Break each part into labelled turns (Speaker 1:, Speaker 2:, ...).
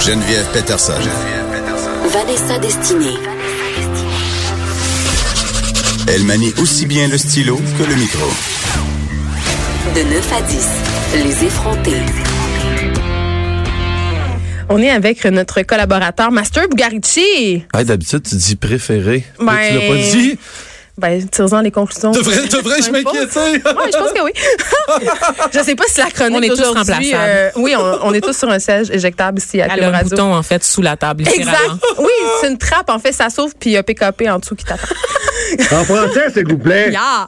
Speaker 1: Geneviève Peterson.
Speaker 2: Vanessa Destinée.
Speaker 1: Elle manie aussi bien le stylo que le micro.
Speaker 2: De 9 à 10, les effrontés.
Speaker 3: On est avec notre collaborateur Master Bugarici.
Speaker 4: Ah, D'habitude, tu dis préféré.
Speaker 3: Ben-
Speaker 4: Là, Tu l'as pas dit.
Speaker 3: Ben, tirons les conclusions.
Speaker 4: Devrais- devrais-je
Speaker 3: Peu importe.
Speaker 4: m'inquiéter?
Speaker 3: Ouais, je pense que oui. je sais pas si la chronique
Speaker 5: On est tous
Speaker 3: d'aujourd'hui,
Speaker 5: remplaçables.
Speaker 3: euh, oui, on, on est tous sur un siège éjectable ici à
Speaker 5: Elle
Speaker 3: Cube
Speaker 5: a un
Speaker 3: Radio.
Speaker 5: bouton, en fait, sous la table. littéralement.
Speaker 3: Exact. Oui, c'est une trappe. En fait, ça s'ouvre puis il y a PKP en dessous qui t'attend.
Speaker 6: En français, s'il vous plaît.
Speaker 3: Yeah.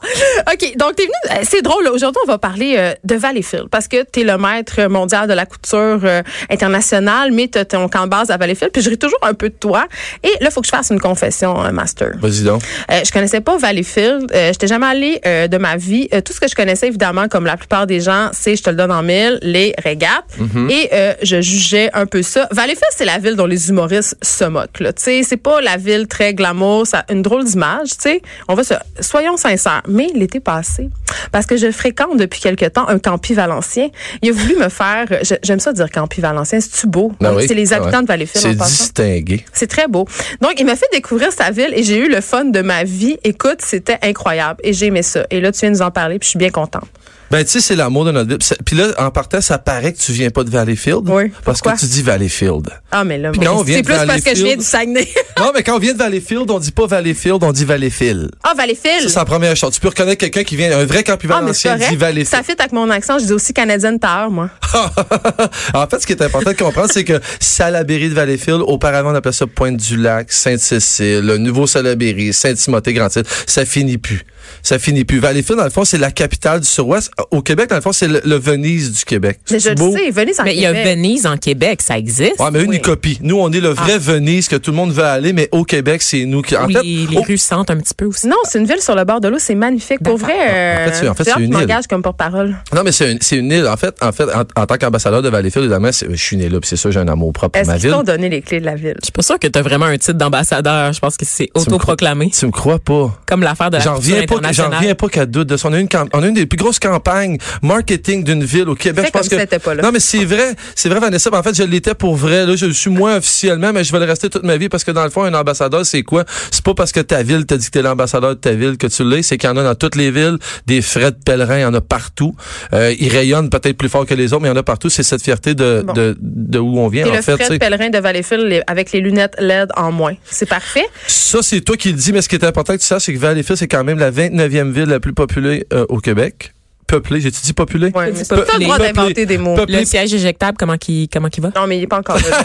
Speaker 3: OK, donc t'es venu. euh, C'est drôle. là. Aujourd'hui, on va parler euh, de Valleyfield parce que t'es le maître mondial de la couture euh, internationale, mais t'as ton camp de base à Valleyfield. Puis je ris toujours un peu de toi. Et là, faut que je fasse une confession, euh, Master.
Speaker 4: Vas-y donc.
Speaker 3: Euh, je connaissais pas Valleyfield. Euh, J'étais jamais allée euh, de ma vie. Euh, tout ce que je connaissais, évidemment, comme la plupart des gens, c'est, je te le donne en mille, les régates.
Speaker 4: Mhm.
Speaker 3: Et euh, je jugeais un peu ça. Valleyfield, c'est la ville dont les humoristes se moquent. là. Tu sais, c'est pas la ville très glamour. Ça a une drôle d'image. tu sais. On va se... Soyons sincères. Mais l'été passé, parce que je fréquente depuis quelque temps un campi valencien, il a voulu me faire... je- J'aime ça dire campi valencien. C'est-tu beau?
Speaker 4: Ah oui.
Speaker 3: C'est les
Speaker 4: Ah
Speaker 3: habitants
Speaker 4: ouais.
Speaker 3: de Valleyfield, en
Speaker 4: C'est
Speaker 3: passant.
Speaker 4: distingué.
Speaker 3: C'est très beau. Donc, il m'a fait découvrir sa ville et j'ai eu le fun de ma vie. Écoute, c'était incroyable et j'ai aimé ça. Et là, tu viens nous en parler puis je suis bien contente.
Speaker 4: Ben, tu sais, c'est l'amour de notre ville. Puis ça- Puis là, en partant, ça paraît que tu viens pas de Valleyfield.
Speaker 3: Oui.
Speaker 4: Parce
Speaker 3: Pourquoi?
Speaker 4: que tu dis Valleyfield.
Speaker 3: Ah, mais là,
Speaker 4: Puis
Speaker 3: mon-
Speaker 4: quand on vient
Speaker 3: c'est
Speaker 4: de
Speaker 3: plus parce que je viens
Speaker 4: Valleyfield-
Speaker 3: du Saguenay.
Speaker 4: non, mais quand on vient de Valleyfield, on dit pas Valleyfield, on dit Valleyfield.
Speaker 3: Ah,
Speaker 4: Ça,
Speaker 3: Valleyfield.
Speaker 4: c'est la première chose. Tu peux reconnaître quelqu'un qui vient, un vrai campus
Speaker 3: ah, mais
Speaker 4: valencien
Speaker 3: c'est
Speaker 4: dit
Speaker 3: correct. Ça
Speaker 4: Valleyfield. Ah,
Speaker 3: fit avec mon accent. Je dis aussi canadienne Tower, moi.
Speaker 4: en fait, ce qui est important de comprendre, c'est que Salaberry de Valleyfield, auparavant, on appelait ça Pointe-du-Lac, Sainte-Cécile, le nouveau Salaberry, Saint-Timothée, Grand-Île. Ça finit plus. Ça finit plus. Valleyfield, dans le fond, c'est la capitale du Sud-Ouest. Au Québec, dans le fond, c'est le, le Venise du Québec.
Speaker 3: Mais je
Speaker 4: C'est
Speaker 3: le
Speaker 4: beau.
Speaker 3: sais, venez en
Speaker 5: Mais il y a
Speaker 3: Québec.
Speaker 5: Venise en Québec, ça existe.
Speaker 4: Ouais, mais une
Speaker 3: Oui. Ah.
Speaker 4: copie. Nous, on est le vrai Venise que tout le monde veut aller, mais au Québec, c'est nous qui. En
Speaker 5: Où
Speaker 4: fait, oh.
Speaker 5: les, les
Speaker 4: au-
Speaker 5: rues sentent un petit peu aussi.
Speaker 3: Non, c'est une ville sur le bord de l'eau. C'est magnifique. Pour vrai, euh,
Speaker 4: En fait, c'est- en fait,
Speaker 3: j'ai hâte
Speaker 4: c'est une
Speaker 3: que je
Speaker 4: île.
Speaker 3: m'engage comme porte-parole.
Speaker 4: Non, mais c'est une, c'est une île. En fait, en fait, en, en tant qu'ambassadeur de Valleyfield, évidemment, c'est- je suis né là, puis c'est ça, j'ai un amour propre pour
Speaker 3: Est-ce
Speaker 4: ma
Speaker 3: qu'ils
Speaker 4: ville.
Speaker 3: t'ont donné les clés de la ville?
Speaker 5: Je suis pas sûre que tu as vraiment un titre d'ambassadeur. Je pense que c'est
Speaker 4: me
Speaker 5: autoproclamé,
Speaker 4: Tu me crois pas?
Speaker 5: comme l'affaire de la
Speaker 4: J'en
Speaker 5: culture
Speaker 4: reviens pas, que- j'en
Speaker 5: internationale.
Speaker 4: reviens pas qu'à doute de ça. On a une, camp- on a une des plus grosses campagnes marketing d'une ville au Québec.
Speaker 3: Fais
Speaker 4: je pense
Speaker 3: comme
Speaker 4: que
Speaker 3: si t'étais pas là.
Speaker 4: non, mais c'est vrai, c'est vrai Vanessa. mais En fait, je l'étais pour vrai. Là, je le suis moins officiellement, mais je vais le rester toute ma vie parce que dans le fond, un ambassadeur, c'est quoi C'est pas parce que ta ville t'a dit que t'es l'ambassadeur de ta ville que tu l'es. C'est qu'il y en a dans toutes les villes des frais de pèlerins, il y en a partout. Euh, ils rayonnent peut-être plus fort que les autres, mais il y en a partout. C'est cette fierté de
Speaker 3: Bon.
Speaker 4: de, de où on vient.
Speaker 3: T'es
Speaker 4: en
Speaker 3: le
Speaker 4: fait, tu
Speaker 3: Fred
Speaker 4: sais.
Speaker 3: pèlerin de Valleyfield les- avec les lunettes LED en moins. C'est parfait.
Speaker 4: Ça, c'est toi qui le dis, mais ce qui est important que tu saches, c'est que Valleyfield, c'est quand même la 29e ville la plus populée euh, au Québec. Peuplée, j'ai-tu dit populée?
Speaker 3: Ouais, mais
Speaker 5: c'est
Speaker 3: t'as le
Speaker 5: peuplé,
Speaker 3: droit
Speaker 4: peuplé,
Speaker 3: d'inventer des mots.
Speaker 4: peuplé.
Speaker 5: Le siège éjectable, comment qui comment qui va?
Speaker 3: Non, mais il est pas encore là.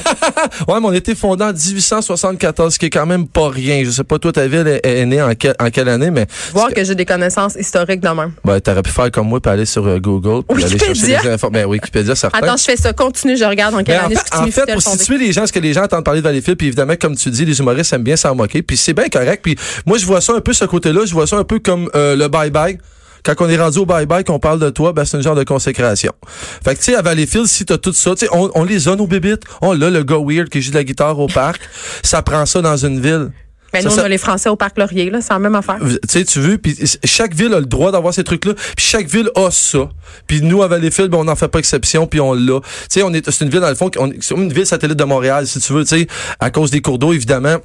Speaker 4: Ouais, mais on a été fondé en 1874, ce qui est quand même pas rien. Je sais pas, toi, ta ville est, est née en, quel- en quelle année, mais
Speaker 3: Voir que j'ai des connaissances historiques de même.
Speaker 4: bah, t'aurais pu faire comme moi, puis aller sur euh, Google, puis aller chercher
Speaker 3: Wikipédia.
Speaker 4: des infos. Ben, Wikipédia, certain.
Speaker 3: Attends, je fais ça. Continue, je regarde en
Speaker 4: Mais
Speaker 3: quelle année
Speaker 4: Ben, en fait,
Speaker 3: je
Speaker 4: en
Speaker 3: me
Speaker 4: fait,
Speaker 3: suis
Speaker 4: pour
Speaker 3: fondée.
Speaker 4: situer les gens, ce que les gens entendent parler de Valleyfield, puis évidemment, comme tu dis, les humoristes aiment bien s'en moquer, puis c'est bien correct. Puis moi, je vois ça un peu ce côté-là, je vois ça un peu comme euh, le bye-bye. Quand on est rendu au bye-bye, qu'on parle de toi, ben, c'est une genre de consécration. Fait que, tu sais, à Valleyfield, si t'as tout ça, tu sais, on, on les a, nos bébites. On l'a, le go weird qui joue de la guitare au parc. ça prend ça dans une ville.
Speaker 3: Ben,
Speaker 4: Ça,
Speaker 3: nous, on
Speaker 4: ça-
Speaker 3: a les Français au Parc Laurier, là. C'est la même affaire.
Speaker 4: tu sais, tu veux, puis chaque ville a le droit d'avoir ces trucs-là, puis chaque ville a ça. Puis nous, à Valleyfield, ben, on n'en fait pas exception, puis on l'a. Tu sais, on est, c'est une ville, dans le fond, qu'on- c'est une ville satellite de Montréal, si tu veux, tu sais, à cause des cours d'eau, évidemment.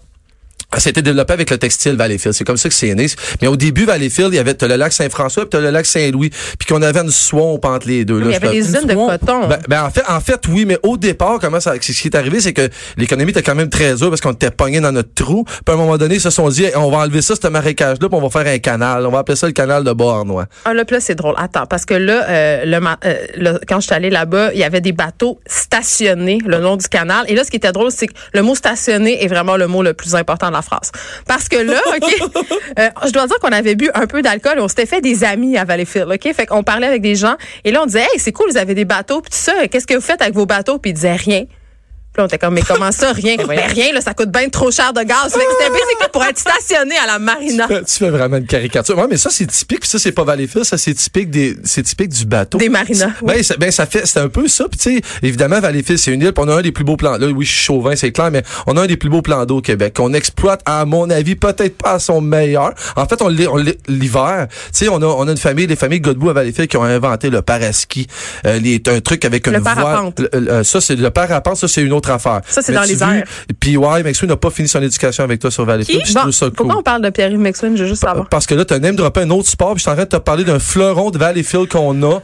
Speaker 4: Ça a été développé avec le textile Valleyfield. C'est comme ça que c'est né. Mais au début, Valleyfield, il y avait t'as le lac Saint-François puis t'as le lac Saint-Louis. Puis qu'on avait une swamp entre les deux. là,
Speaker 3: il y
Speaker 4: je
Speaker 3: avait
Speaker 4: peux-
Speaker 3: des usines de
Speaker 5: swamp.
Speaker 3: coton.
Speaker 4: ben, ben, en fait, en fait, oui, mais au départ, comment ça, ce qui est arrivé, c'est que l'économie était quand même très dure parce qu'on était pogné dans notre trou. Puis à un moment donné, ils se sont dit, Hey, on va enlever ça, ce marécage-là, puis on va faire un canal. On va appeler ça le canal de Bornois.
Speaker 3: Ah, là, puis là, c'est drôle. Attends, parce que là, euh, le, ma- euh, le- quand je suis allée là-bas, il y avait des bateaux stationnés le long du canal. Et là, ce qui était drôle, c'est que le mot stationné est vraiment le mot le plus important de la phrase. Parce que là, OK, euh, je dois dire qu'on avait bu un peu d'alcool et on s'était fait des amis à Valleyfield, OK? Fait qu'on parlait avec des gens et là, on disait, hey, c'est cool, vous avez des bateaux, puis tout ça. Qu'est-ce que vous faites avec vos bateaux? Puis ils disaient rien. Puis là, on était comme, mais comment ça, rien? mais rien, là, ça coûte bien trop cher de gaz. Fait que c'était basically pour être stationné à la marina.
Speaker 4: tu fais vraiment une caricature. Ouais, mais ça, c'est typique. Puis ça, c'est pas Valleyfield. Ça, c'est typique des, c'est typique du bateau.
Speaker 3: Des marinas,
Speaker 4: C'est- Ben, ça, ben, ça fait, c'est un peu ça. Puis, tu sais, évidemment, Valleyfield, c'est une île. puis on a un des plus beaux plans. Là, oui, je suis chauvin, c'est clair, mais on a un des plus beaux plans d'eau au Québec. Qu'on exploite, à mon avis, peut-être pas à son meilleur. En fait, on l'est- on l'est- l'hiver. Tu sais, on a, on a une famille, les familles Godbout à Valleyfield qui ont inventé le paraski. Euh, les- un truc avec
Speaker 3: Le
Speaker 4: une voile. euh,
Speaker 3: parapente.
Speaker 4: Le- le- ça, c'est le parapente. Ça, c'est une autre autre affaire.
Speaker 3: Ça, c'est
Speaker 4: Mais
Speaker 3: dans
Speaker 4: tu
Speaker 3: les
Speaker 4: vis-
Speaker 3: airs.
Speaker 4: Puis ouais, Maxwell n'a pas fini son éducation avec toi sur Valleyfield.
Speaker 3: Qui?
Speaker 4: puis Je
Speaker 3: Bon,
Speaker 4: trouve ça cool.
Speaker 3: Pourquoi on parle de Pierre-Yves Maxwell? Je veux juste savoir.
Speaker 4: Parce que là, t'as name droppé un autre sport, puis je suis en train de te parler d'un fleuron de Valleyfield qu'on a.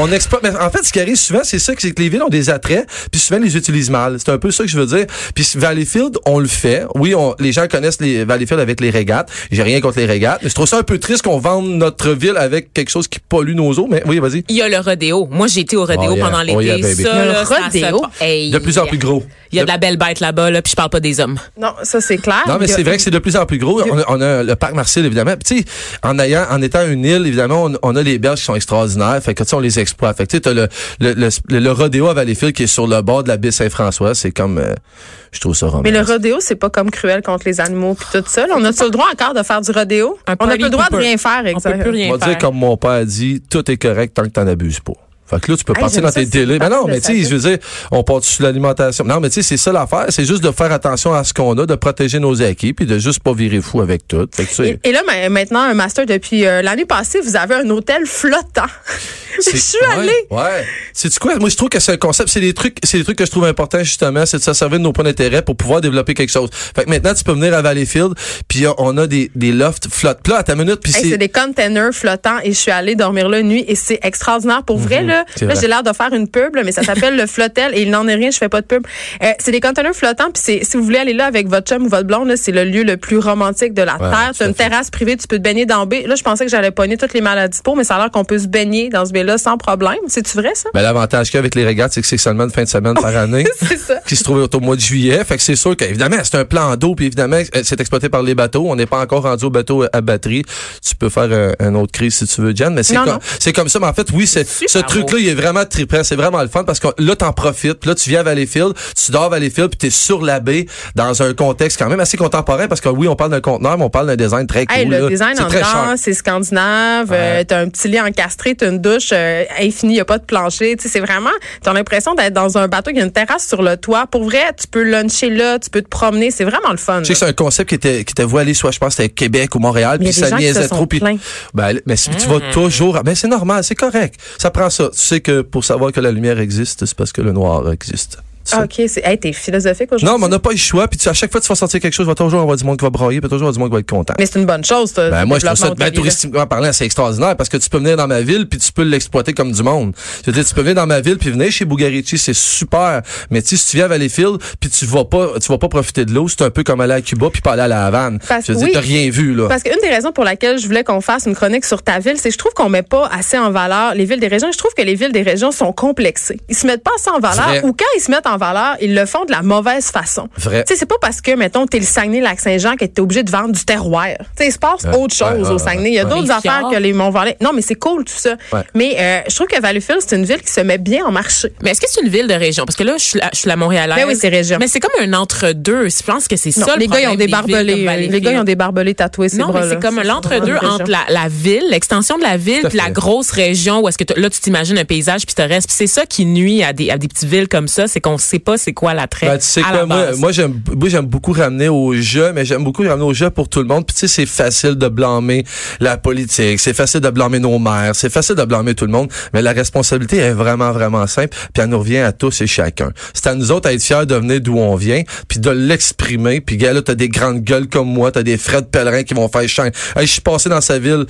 Speaker 4: On exporte. Mais en fait, ce qui arrive souvent, c'est ça, c'est que les villes ont des attraits, puis souvent, ils les utilisent mal. C'est un peu ça que je veux dire. Puis Valleyfield, on le fait. Oui, on, les gens connaissent les Valleyfield avec les régates. J'ai rien contre les régates. Mais je trouve ça un peu triste qu'on vende notre ville avec quelque chose qui pollue nos eaux. Mais oui, vas-y.
Speaker 5: Il y a le rodéo. Moi, j'ai été au rodéo
Speaker 4: Oh yeah,
Speaker 5: pendant l'été.
Speaker 4: oh yeah, baby.
Speaker 5: ça,
Speaker 3: Il y a le
Speaker 5: là, ça
Speaker 3: rodéo?
Speaker 5: se passe. Hey,
Speaker 4: De plus en plus gros.
Speaker 5: Il y a de la belle bête là-bas, là, puis je parle pas des hommes.
Speaker 3: Non, ça, c'est clair.
Speaker 4: Non,
Speaker 3: Ah,
Speaker 4: mais
Speaker 3: Il y a-
Speaker 4: c'est vrai que c'est de plus en plus gros. On a, on a le parc Marcel, évidemment. Puis, tu sais, en, ayant, en étant une île, évidemment, on, on a les berges qui sont extraordinaires. Fait que, tu sais, on les exploite. Fait que, tu sais, t'as le, le, le, le, le rodéo à Valleyfield qui est sur le bord de la baie Saint-François. C'est comme, euh, je trouve ça
Speaker 3: Mais
Speaker 4: romanesque.
Speaker 3: le rodéo, c'est pas comme cruel contre les animaux puis tout ça. là. On a-tu le droit encore de faire du rodéo? on
Speaker 5: Un
Speaker 3: n'a
Speaker 5: party
Speaker 3: plus le droit de
Speaker 5: pooper.
Speaker 3: rien faire, exactement.
Speaker 5: On peut plus rien
Speaker 4: On va
Speaker 5: faire.
Speaker 4: dire, comme mon père a dit, tout est correct tant que t'en abuses pas. Fait que là, tu peux
Speaker 3: Hey,
Speaker 4: partir
Speaker 3: j'aime
Speaker 4: dans
Speaker 3: ça,
Speaker 4: tes
Speaker 3: c'est
Speaker 4: délais. Mais
Speaker 3: parti
Speaker 4: non,
Speaker 3: de
Speaker 4: mais tu sais,
Speaker 3: savoir.
Speaker 4: je veux dire, on part sur l'alimentation. Non, mais tu sais, c'est ça l'affaire. C'est juste de faire attention à ce qu'on a, de protéger nos acquis, puis de juste pas virer fou avec tout. Fait que, tu sais,
Speaker 3: Et, et là, ma- maintenant, un master, depuis euh, l'année passée, vous avez un hôtel flottant. je
Speaker 4: C'est-
Speaker 3: suis
Speaker 4: ouais,
Speaker 3: allée.
Speaker 4: Ouais. C'est quoi Moi je trouve que c'est un concept, c'est des trucs, c'est des trucs que je trouve importants justement, c'est de se servir de nos points d'intérêt pour pouvoir développer quelque chose. Fait que maintenant tu peux venir à Valleyfield, puis on- on a des, des lofts flotte plats à ta minute, puis
Speaker 3: Hey, c'est
Speaker 4: c'est
Speaker 3: des containers flottants et je suis allée dormir là nuit et c'est extraordinaire. Pour vrai, là,
Speaker 4: Mhm. c'est
Speaker 3: là
Speaker 4: vrai.
Speaker 3: j'ai l'air de faire une pub, là, mais ça s'appelle le Flotel et il n'en est rien, je fais pas de pub. Euh, c'est des containers flottants puis c'est- si vous voulez aller là avec votre chum ou votre blonde, là, c'est le lieu le plus romantique de la
Speaker 4: Ouais,
Speaker 3: Terre.
Speaker 4: tout
Speaker 3: Tu
Speaker 4: à
Speaker 3: as une
Speaker 4: fait.
Speaker 3: terrasse privée, tu peux te baigner dans baie. Là, je pensais que j'allais pogner toutes les maladies pour, mais ça a l'air qu'on peut se baigner dans ce baie-là sans problème. C'est-tu vrai, ça?
Speaker 4: ben, l'avantage qu'il y a avec les régates, c'est que c'est seulement une fin de semaine par année.
Speaker 3: c'est ça.
Speaker 4: qui se trouvait au mois de juillet. Fait que c'est sûr qu'évidemment, c'est un plan d'eau, puis évidemment, euh, c'est exploité par les bateaux. On n'est pas encore rendu au bateau à batterie. Tu peux faire euh, un, autre crise si tu veux, Jan, mais c'est
Speaker 3: Non,
Speaker 4: comme,
Speaker 3: non.
Speaker 4: c'est comme ça. Mais en fait, oui, c'est,
Speaker 5: super
Speaker 4: ce truc-là, il est vraiment trippant. C'est vraiment le fun parce que là, t'en profites. Puis là, tu viens à Valleyfield, tu dors à Valleyfield, puis t'es sur la baie dans un contexte quand même assez contemporain parce que oui, on parle d'un conteneur, mais on parle d'un design très cool.
Speaker 3: Hey,
Speaker 4: là.
Speaker 3: le design
Speaker 4: c'est
Speaker 3: en
Speaker 4: très cher.
Speaker 3: dedans, c'est scandinave. euh, t'as un petit lit encastré, t'as une douche euh, infinie, y a pas de plancher. Tu sais, c'est vraiment, t'as l'impression d'être dans un bateau qui a une terrasse sur le toit. Pour vrai, tu peux luncher là, tu peux te promener, c'est vraiment le fun.
Speaker 4: Je sais que c'est un concept qui était qui était voilé soit je pense c'était Québec ou Montréal
Speaker 3: Mais
Speaker 4: puis
Speaker 3: il y a des
Speaker 4: ça
Speaker 3: gens qui se
Speaker 4: niaisait
Speaker 3: sont
Speaker 4: trop puis
Speaker 3: plaints.
Speaker 4: ben mais si tu vas toujours mais c'est normal c'est correct ça prend ça tu sais que pour savoir que la lumière existe c'est parce que le noir existe Tu sais.
Speaker 3: là. Ah, Ok, c'est, hey, t'es philosophique aujourd'hui.
Speaker 4: non mais on n'a pas eu le choix puis tu- à chaque fois que tu vas sortir quelque chose il va toujours avoir du monde qui va brailler puis toujours avoir du monde qui va être content
Speaker 3: Mais c'est une bonne chose. ça,
Speaker 4: ben,
Speaker 3: le
Speaker 4: moi, je trouve ça,
Speaker 3: euh, développement
Speaker 4: ben,
Speaker 3: hôtelier, là.
Speaker 4: touristiquement parlant, c'est extraordinaire parce que tu peux venir dans ma ville puis tu peux l'exploiter comme du monde. Je veux dire, tu peux venir dans ma ville puis venir chez Bugarici, c'est super. Mais tu sais, si tu viens à Valleyfield puis tu vas pas, tu vas pas profiter de l'eau, c'est un peu comme aller à Cuba puis pas aller à la Havane.
Speaker 3: Parce-
Speaker 4: je veux dire,
Speaker 3: oui.
Speaker 4: t'as rien vu, là.
Speaker 3: Parce qu'une des raisons pour laquelle je voulais qu'on fasse une chronique sur ta ville, c'est que je trouve qu'on met pas assez en valeur les villes des régions. Je trouve que les villes des régions sont complexées. Ils se mettent pas assez en
Speaker 4: Vrai.
Speaker 3: valeur ou quand ils se mettent en valeur, ils le font de la mauvaise façon.
Speaker 4: Vrai.
Speaker 3: Tu sais, c'est pas parce que, mettons, t'es le Saguenay-Lac-Saint-Jean que t'es obligé de vendre du terroir. Tu sais, il se passe
Speaker 4: Ouais,
Speaker 3: autre chose
Speaker 4: ouais, ouais,
Speaker 3: au Saguenay. Il y a
Speaker 5: ouais.
Speaker 3: d'autres
Speaker 5: Les
Speaker 3: affaires
Speaker 5: fjords.
Speaker 3: que les Mont-Valais. Non, mais c'est cool tout ça.
Speaker 4: Ouais.
Speaker 3: Mais euh, je trouve que Valleyfield, c'est une ville qui se met bien en marché.
Speaker 5: Mais est-ce que c'est une ville de région? Parce que là, je suis la, je suis la Montréalaise.
Speaker 3: Ben oui, c'est région.
Speaker 5: Mais c'est comme un entre-deux. Je pense que c'est
Speaker 3: Non,
Speaker 5: ça le
Speaker 3: les gars, ils ont
Speaker 5: problème
Speaker 3: des
Speaker 5: villes comme
Speaker 3: barbelés. euh, Les
Speaker 5: Valleyfield.
Speaker 3: gars, ils ont des barbelés tatoués ces
Speaker 5: Non, mais
Speaker 3: bras-là.
Speaker 5: c'est comme
Speaker 3: Ça,
Speaker 5: l'entre-deux
Speaker 3: vraiment une
Speaker 5: entre
Speaker 3: région.
Speaker 5: la, la ville, l'extension de la ville,
Speaker 4: Tout à
Speaker 5: puis la
Speaker 4: fait.
Speaker 5: grosse région où est-ce que t'as- là tu t'imagines un paysage puis te restes. Puis c'est ça qui nuit à des à des petites villes comme ça, c'est qu'on sait pas c'est quoi l'attrait.
Speaker 4: Ben, tu sais
Speaker 5: Eh, à
Speaker 4: quoi,
Speaker 5: la
Speaker 4: moi,
Speaker 5: base.
Speaker 4: moi j'aime, moi, j'aime beaucoup ramener au jeu, mais j'aime beaucoup ramener au jeu pour tout le monde. Puis tu sais, c'est facile de blâmer la politique, c'est facile de blâmer nos maires, c'est facile de blâmer tout le monde, mais la responsabilité est vraiment, vraiment simple, puis elle nous revient à tous et chacun. C'est à nous autres à être fiers de venir d'où on vient, puis de l'exprimer. Puis gars, là, t'as des grandes gueules comme moi, t'as des Fred Pellerin qui vont faire chaîne. Hey, je suis passé dans sa ville.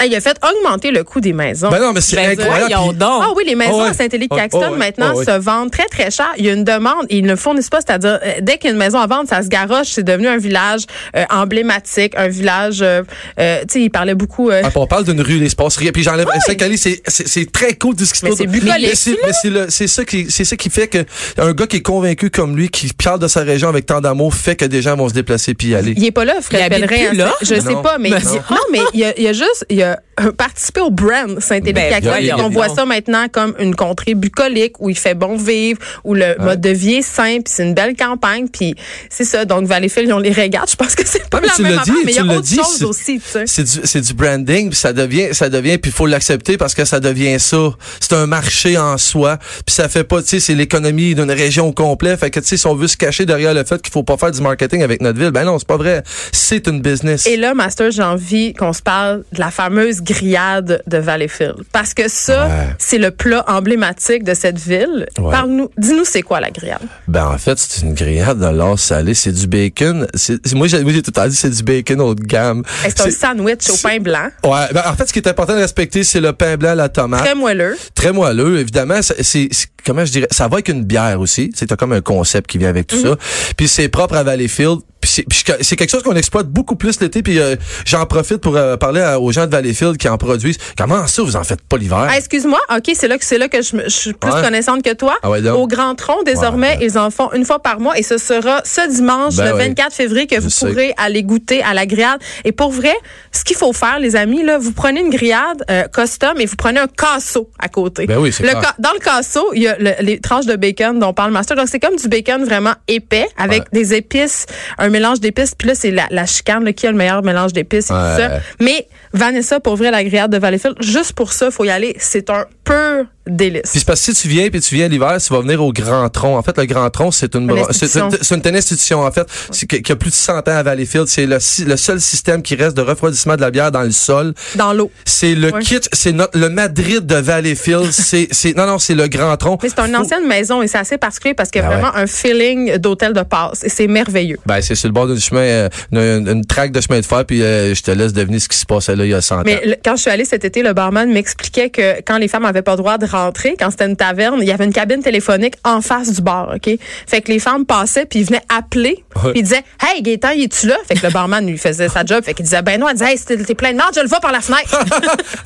Speaker 3: Ah, Il a fait augmenter le coût des maisons.
Speaker 4: Ben non, mais c'est
Speaker 5: Ben,
Speaker 4: incroyable.
Speaker 5: voyons
Speaker 4: puis-
Speaker 5: donc.
Speaker 3: Ah oui, les maisons
Speaker 4: Ah ouais.
Speaker 3: à Saint-Élie-Caxton
Speaker 4: Ah, ah ouais.
Speaker 3: maintenant
Speaker 4: Ah ouais.
Speaker 3: se vendent très très cher. Il y a une demande et ils ne le fournissent pas, c'est-à-dire euh, dès qu'il y a une maison à vendre, ça se garoche. C'est devenu un village euh, emblématique, un village. euh, euh, tu sais, il parlait beaucoup. euh,
Speaker 4: Ah, puis on parle d'une rue, l'espace rien. Puis j'enlève Saint-Cali, c'est c'est- c'est très cool de ce qui se
Speaker 3: Mais
Speaker 4: passe.
Speaker 3: c'est bucolique,
Speaker 4: Mais c'est- mais c'est le- c'est ça qui c'est ça qui fait que un gars qui est convaincu comme lui, qui parle de sa région avec tant d'amour, fait que des gens vont se déplacer puis y aller.
Speaker 3: Il est pas là, Fred
Speaker 5: Il habite
Speaker 3: Pellerin,
Speaker 5: plus
Speaker 3: hein,
Speaker 5: là?
Speaker 3: c'est- Je
Speaker 4: Non.
Speaker 3: sais pas, mais
Speaker 5: Ben
Speaker 3: il-
Speaker 5: non.
Speaker 3: non, mais il a, il a juste il a euh, participé au brand Saint-Élie-Caxton.
Speaker 5: Ben,
Speaker 3: on
Speaker 5: voyons
Speaker 3: voit
Speaker 5: donc.
Speaker 3: ça maintenant comme une contrée bucolique où il fait bon vivre, où le mode de vie est simple, puis c'est une belle campagne, puis c'est ça. Donc Valleyfield, ils ont les regarde. Je pense que c'est pas
Speaker 4: mais
Speaker 3: la
Speaker 4: tu
Speaker 3: même
Speaker 4: l'as dit,
Speaker 3: affaire, mais il y a
Speaker 4: tu l'as
Speaker 3: autre
Speaker 4: dit,
Speaker 3: chose
Speaker 4: c'est-
Speaker 3: aussi. tu sais.
Speaker 4: C'est du, c'est du branding, puis ça devient, ça devient, puis faut l'accepter parce que ça devient ça. C'est un marché en soi, puis ça fait pas, tu sais, c'est l'économie d'une région au complet. Fait que tu sais, si on veut se cacher derrière le fait qu'il faut pas faire du marketing avec notre ville, ben non, c'est pas vrai. C'est une business.
Speaker 3: Et là, Master, j'ai envie qu'on se parle de la fameuse fameuse grillade de Valleyfield. Parce que ça,
Speaker 4: Ouais.
Speaker 3: c'est le plat emblématique de cette ville.
Speaker 4: Ouais.
Speaker 3: Parle-nous, dis-nous c'est quoi la grillade.
Speaker 4: Ben en fait, c'est une grillade de l'or salé, c'est du bacon. C'est- c'est- Moi j'ai moi, j'ai tout à dit c'est du bacon haut de gamme.
Speaker 3: Hey, C'est un sandwich au
Speaker 4: c'est-
Speaker 3: pain blanc,
Speaker 4: Ouais, ben en fait ce qui est important de respecter c'est le pain blanc à la tomate.
Speaker 3: très moelleux.
Speaker 4: très moelleux évidemment ça- c'est c'est- comment je dirais ça va avec une bière aussi c'est comme un concept qui vient avec tout
Speaker 3: Mhm.
Speaker 4: ça puis c'est propre à Valleyfield puis c'est- puis je- c'est quelque chose qu'on exploite beaucoup plus l'été puis euh, j'en profite pour euh, parler à- aux gens de Valleyfield qui en produisent comment ça vous en faites pas l'hiver
Speaker 3: Ah, excuse-moi, ok, c'est là que c'est là que je, me- je suis plus
Speaker 4: Ouais.
Speaker 3: connaissante que toi.
Speaker 4: Ah ouais, donc.
Speaker 3: Au Grand Tronc, désormais, ils en font une fois par mois et ce sera ce dimanche,
Speaker 4: Ben
Speaker 3: le
Speaker 4: oui.
Speaker 3: 24 février, que
Speaker 4: Je
Speaker 3: vous
Speaker 4: sais.
Speaker 3: pourrez aller goûter à la grillade. Et pour vrai, ce qu'il faut faire, les amis, là, vous prenez une grillade euh, custom et vous prenez un casseau à côté.
Speaker 4: Ben oui, c'est
Speaker 3: Le
Speaker 4: clair.
Speaker 3: ca- Dans le casseau, il y a le- les tranches de bacon dont parle Master. Donc c'est comme du bacon vraiment épais avec
Speaker 4: Ouais.
Speaker 3: des épices, un mélange d'épices. Puis là, c'est la, la chicane là, qui a le meilleur mélange d'épices et
Speaker 4: Ouais.
Speaker 3: tout ça. Mais Vanessa, pour vrai, la grillade de Valleyfield, juste pour ça, faut y aller. C'est un pur
Speaker 4: Puis
Speaker 3: délice.
Speaker 4: c'est parce que si tu viens puis tu viens l'hiver, tu vas venir au Grand Tronc. En fait, le Grand Tronc, c'est une, bran- c'est
Speaker 3: institution.
Speaker 4: une, c'est une telle institution, en fait, c'est que- qui a plus de 100 ans à Valleyfield. C'est le, si- le seul système qui reste de refroidissement de la bière dans le sol.
Speaker 3: Dans l'eau.
Speaker 4: C'est le
Speaker 3: Ouais.
Speaker 4: kitsch, c'est notre- le Madrid de Valleyfield. c'est, c'est, non, non, c'est le Grand Tronc.
Speaker 3: Mais c'est une
Speaker 4: Faut-
Speaker 3: ancienne maison et c'est assez particulier parce qu'il y a
Speaker 4: Ben
Speaker 3: vraiment un feeling d'hôtel de passe et c'est merveilleux.
Speaker 4: Ben, c'est sur le bord d'un chemin, euh, une, une- une traque de chemin de fer, puis euh, je te laisse deviner ce qui se passait là il y a 100 ans.
Speaker 3: Mais le- quand je suis allée cet été, le barman m'expliquait que quand les femmes avaient pas le droit de rentrer, quand c'était une taverne, il y avait une cabine téléphonique en face du bar, OK? Fait que les femmes passaient puis ils venaient appeler,
Speaker 4: Ouais.
Speaker 3: puis ils disaient "Hey, Gaëtan, y es-tu là Fait que le barman lui faisait sa job, fait qu'il disait "Ben non", elle disait "Hey, c'était- t'es plein de merde, je le vois par la fenêtre."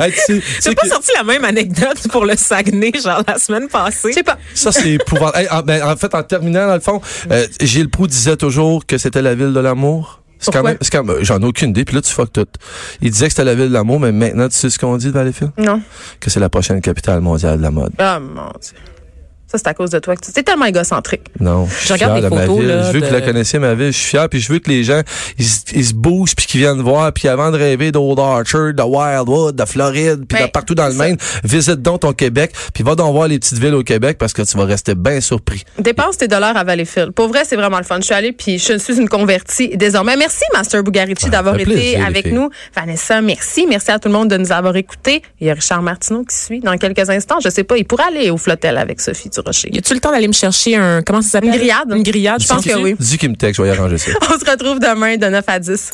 Speaker 4: Hey, tu sais- tu sais
Speaker 5: J'ai pas
Speaker 4: que-
Speaker 5: sorti la même anecdote pour le Saguenay, genre la semaine passée.
Speaker 3: Je sais pas.
Speaker 4: Ça, c'est épouvantable. Hey, en, ben, en fait, en terminant, dans le fond, euh, Gilles Proux disait toujours que c'était la ville de l'amour. C'est quand
Speaker 3: Pourquoi?
Speaker 4: même, c'est quand même- j'en ai aucune idée, puis là, tu fuck tout. Il disait que c'était la ville de l'amour, mais maintenant, tu sais ce qu'on dit de Valleyfield?
Speaker 3: Non.
Speaker 4: Que c'est la prochaine capitale mondiale de la mode.
Speaker 3: Ah mon dieu. Ça c'est à cause de toi que tu t'es tellement égocentrique.
Speaker 4: Non, je suis
Speaker 5: regarde
Speaker 4: fier
Speaker 5: les
Speaker 4: de ma
Speaker 5: photos,
Speaker 4: ville.
Speaker 5: là,
Speaker 4: je veux que
Speaker 5: de-
Speaker 4: vous la connaissiez, ma ville. Je suis fier, puis je veux que les gens, ils, se- ils se bougent, puis qu'ils viennent voir, puis avant de rêver d'Old Archer, de Wildwood, de Floride, puis
Speaker 3: Ben,
Speaker 4: de partout dans le
Speaker 3: c'est ça.
Speaker 4: Maine, visite donc ton Québec, puis va donc voir les petites villes au Québec, parce que tu vas rester bien surpris.
Speaker 3: Dépense tes dollars à Valleyfield. Pour vrai, c'est vraiment le fun. Je suis allée puis je suis une convertie désormais. Merci Master Bugarici d'avoir
Speaker 4: fait
Speaker 3: été
Speaker 4: plaisir, les
Speaker 3: avec
Speaker 4: filles.
Speaker 3: nous. Vanessa, merci. Merci à tout le monde de nous avoir écoutés. Il y a Richard Martineau qui suit dans quelques instants. Je sais pas, il pourrait aller au Flotel avec Sophie Durocher.
Speaker 5: Y a-tu le temps d'aller me chercher un comment ça s'appelle
Speaker 3: Une grillade.
Speaker 5: Une grillade,
Speaker 3: Je pense que oui.
Speaker 4: Dis qu'il me texte, je vais y arranger ça.
Speaker 3: On se retrouve demain de 9 à 10.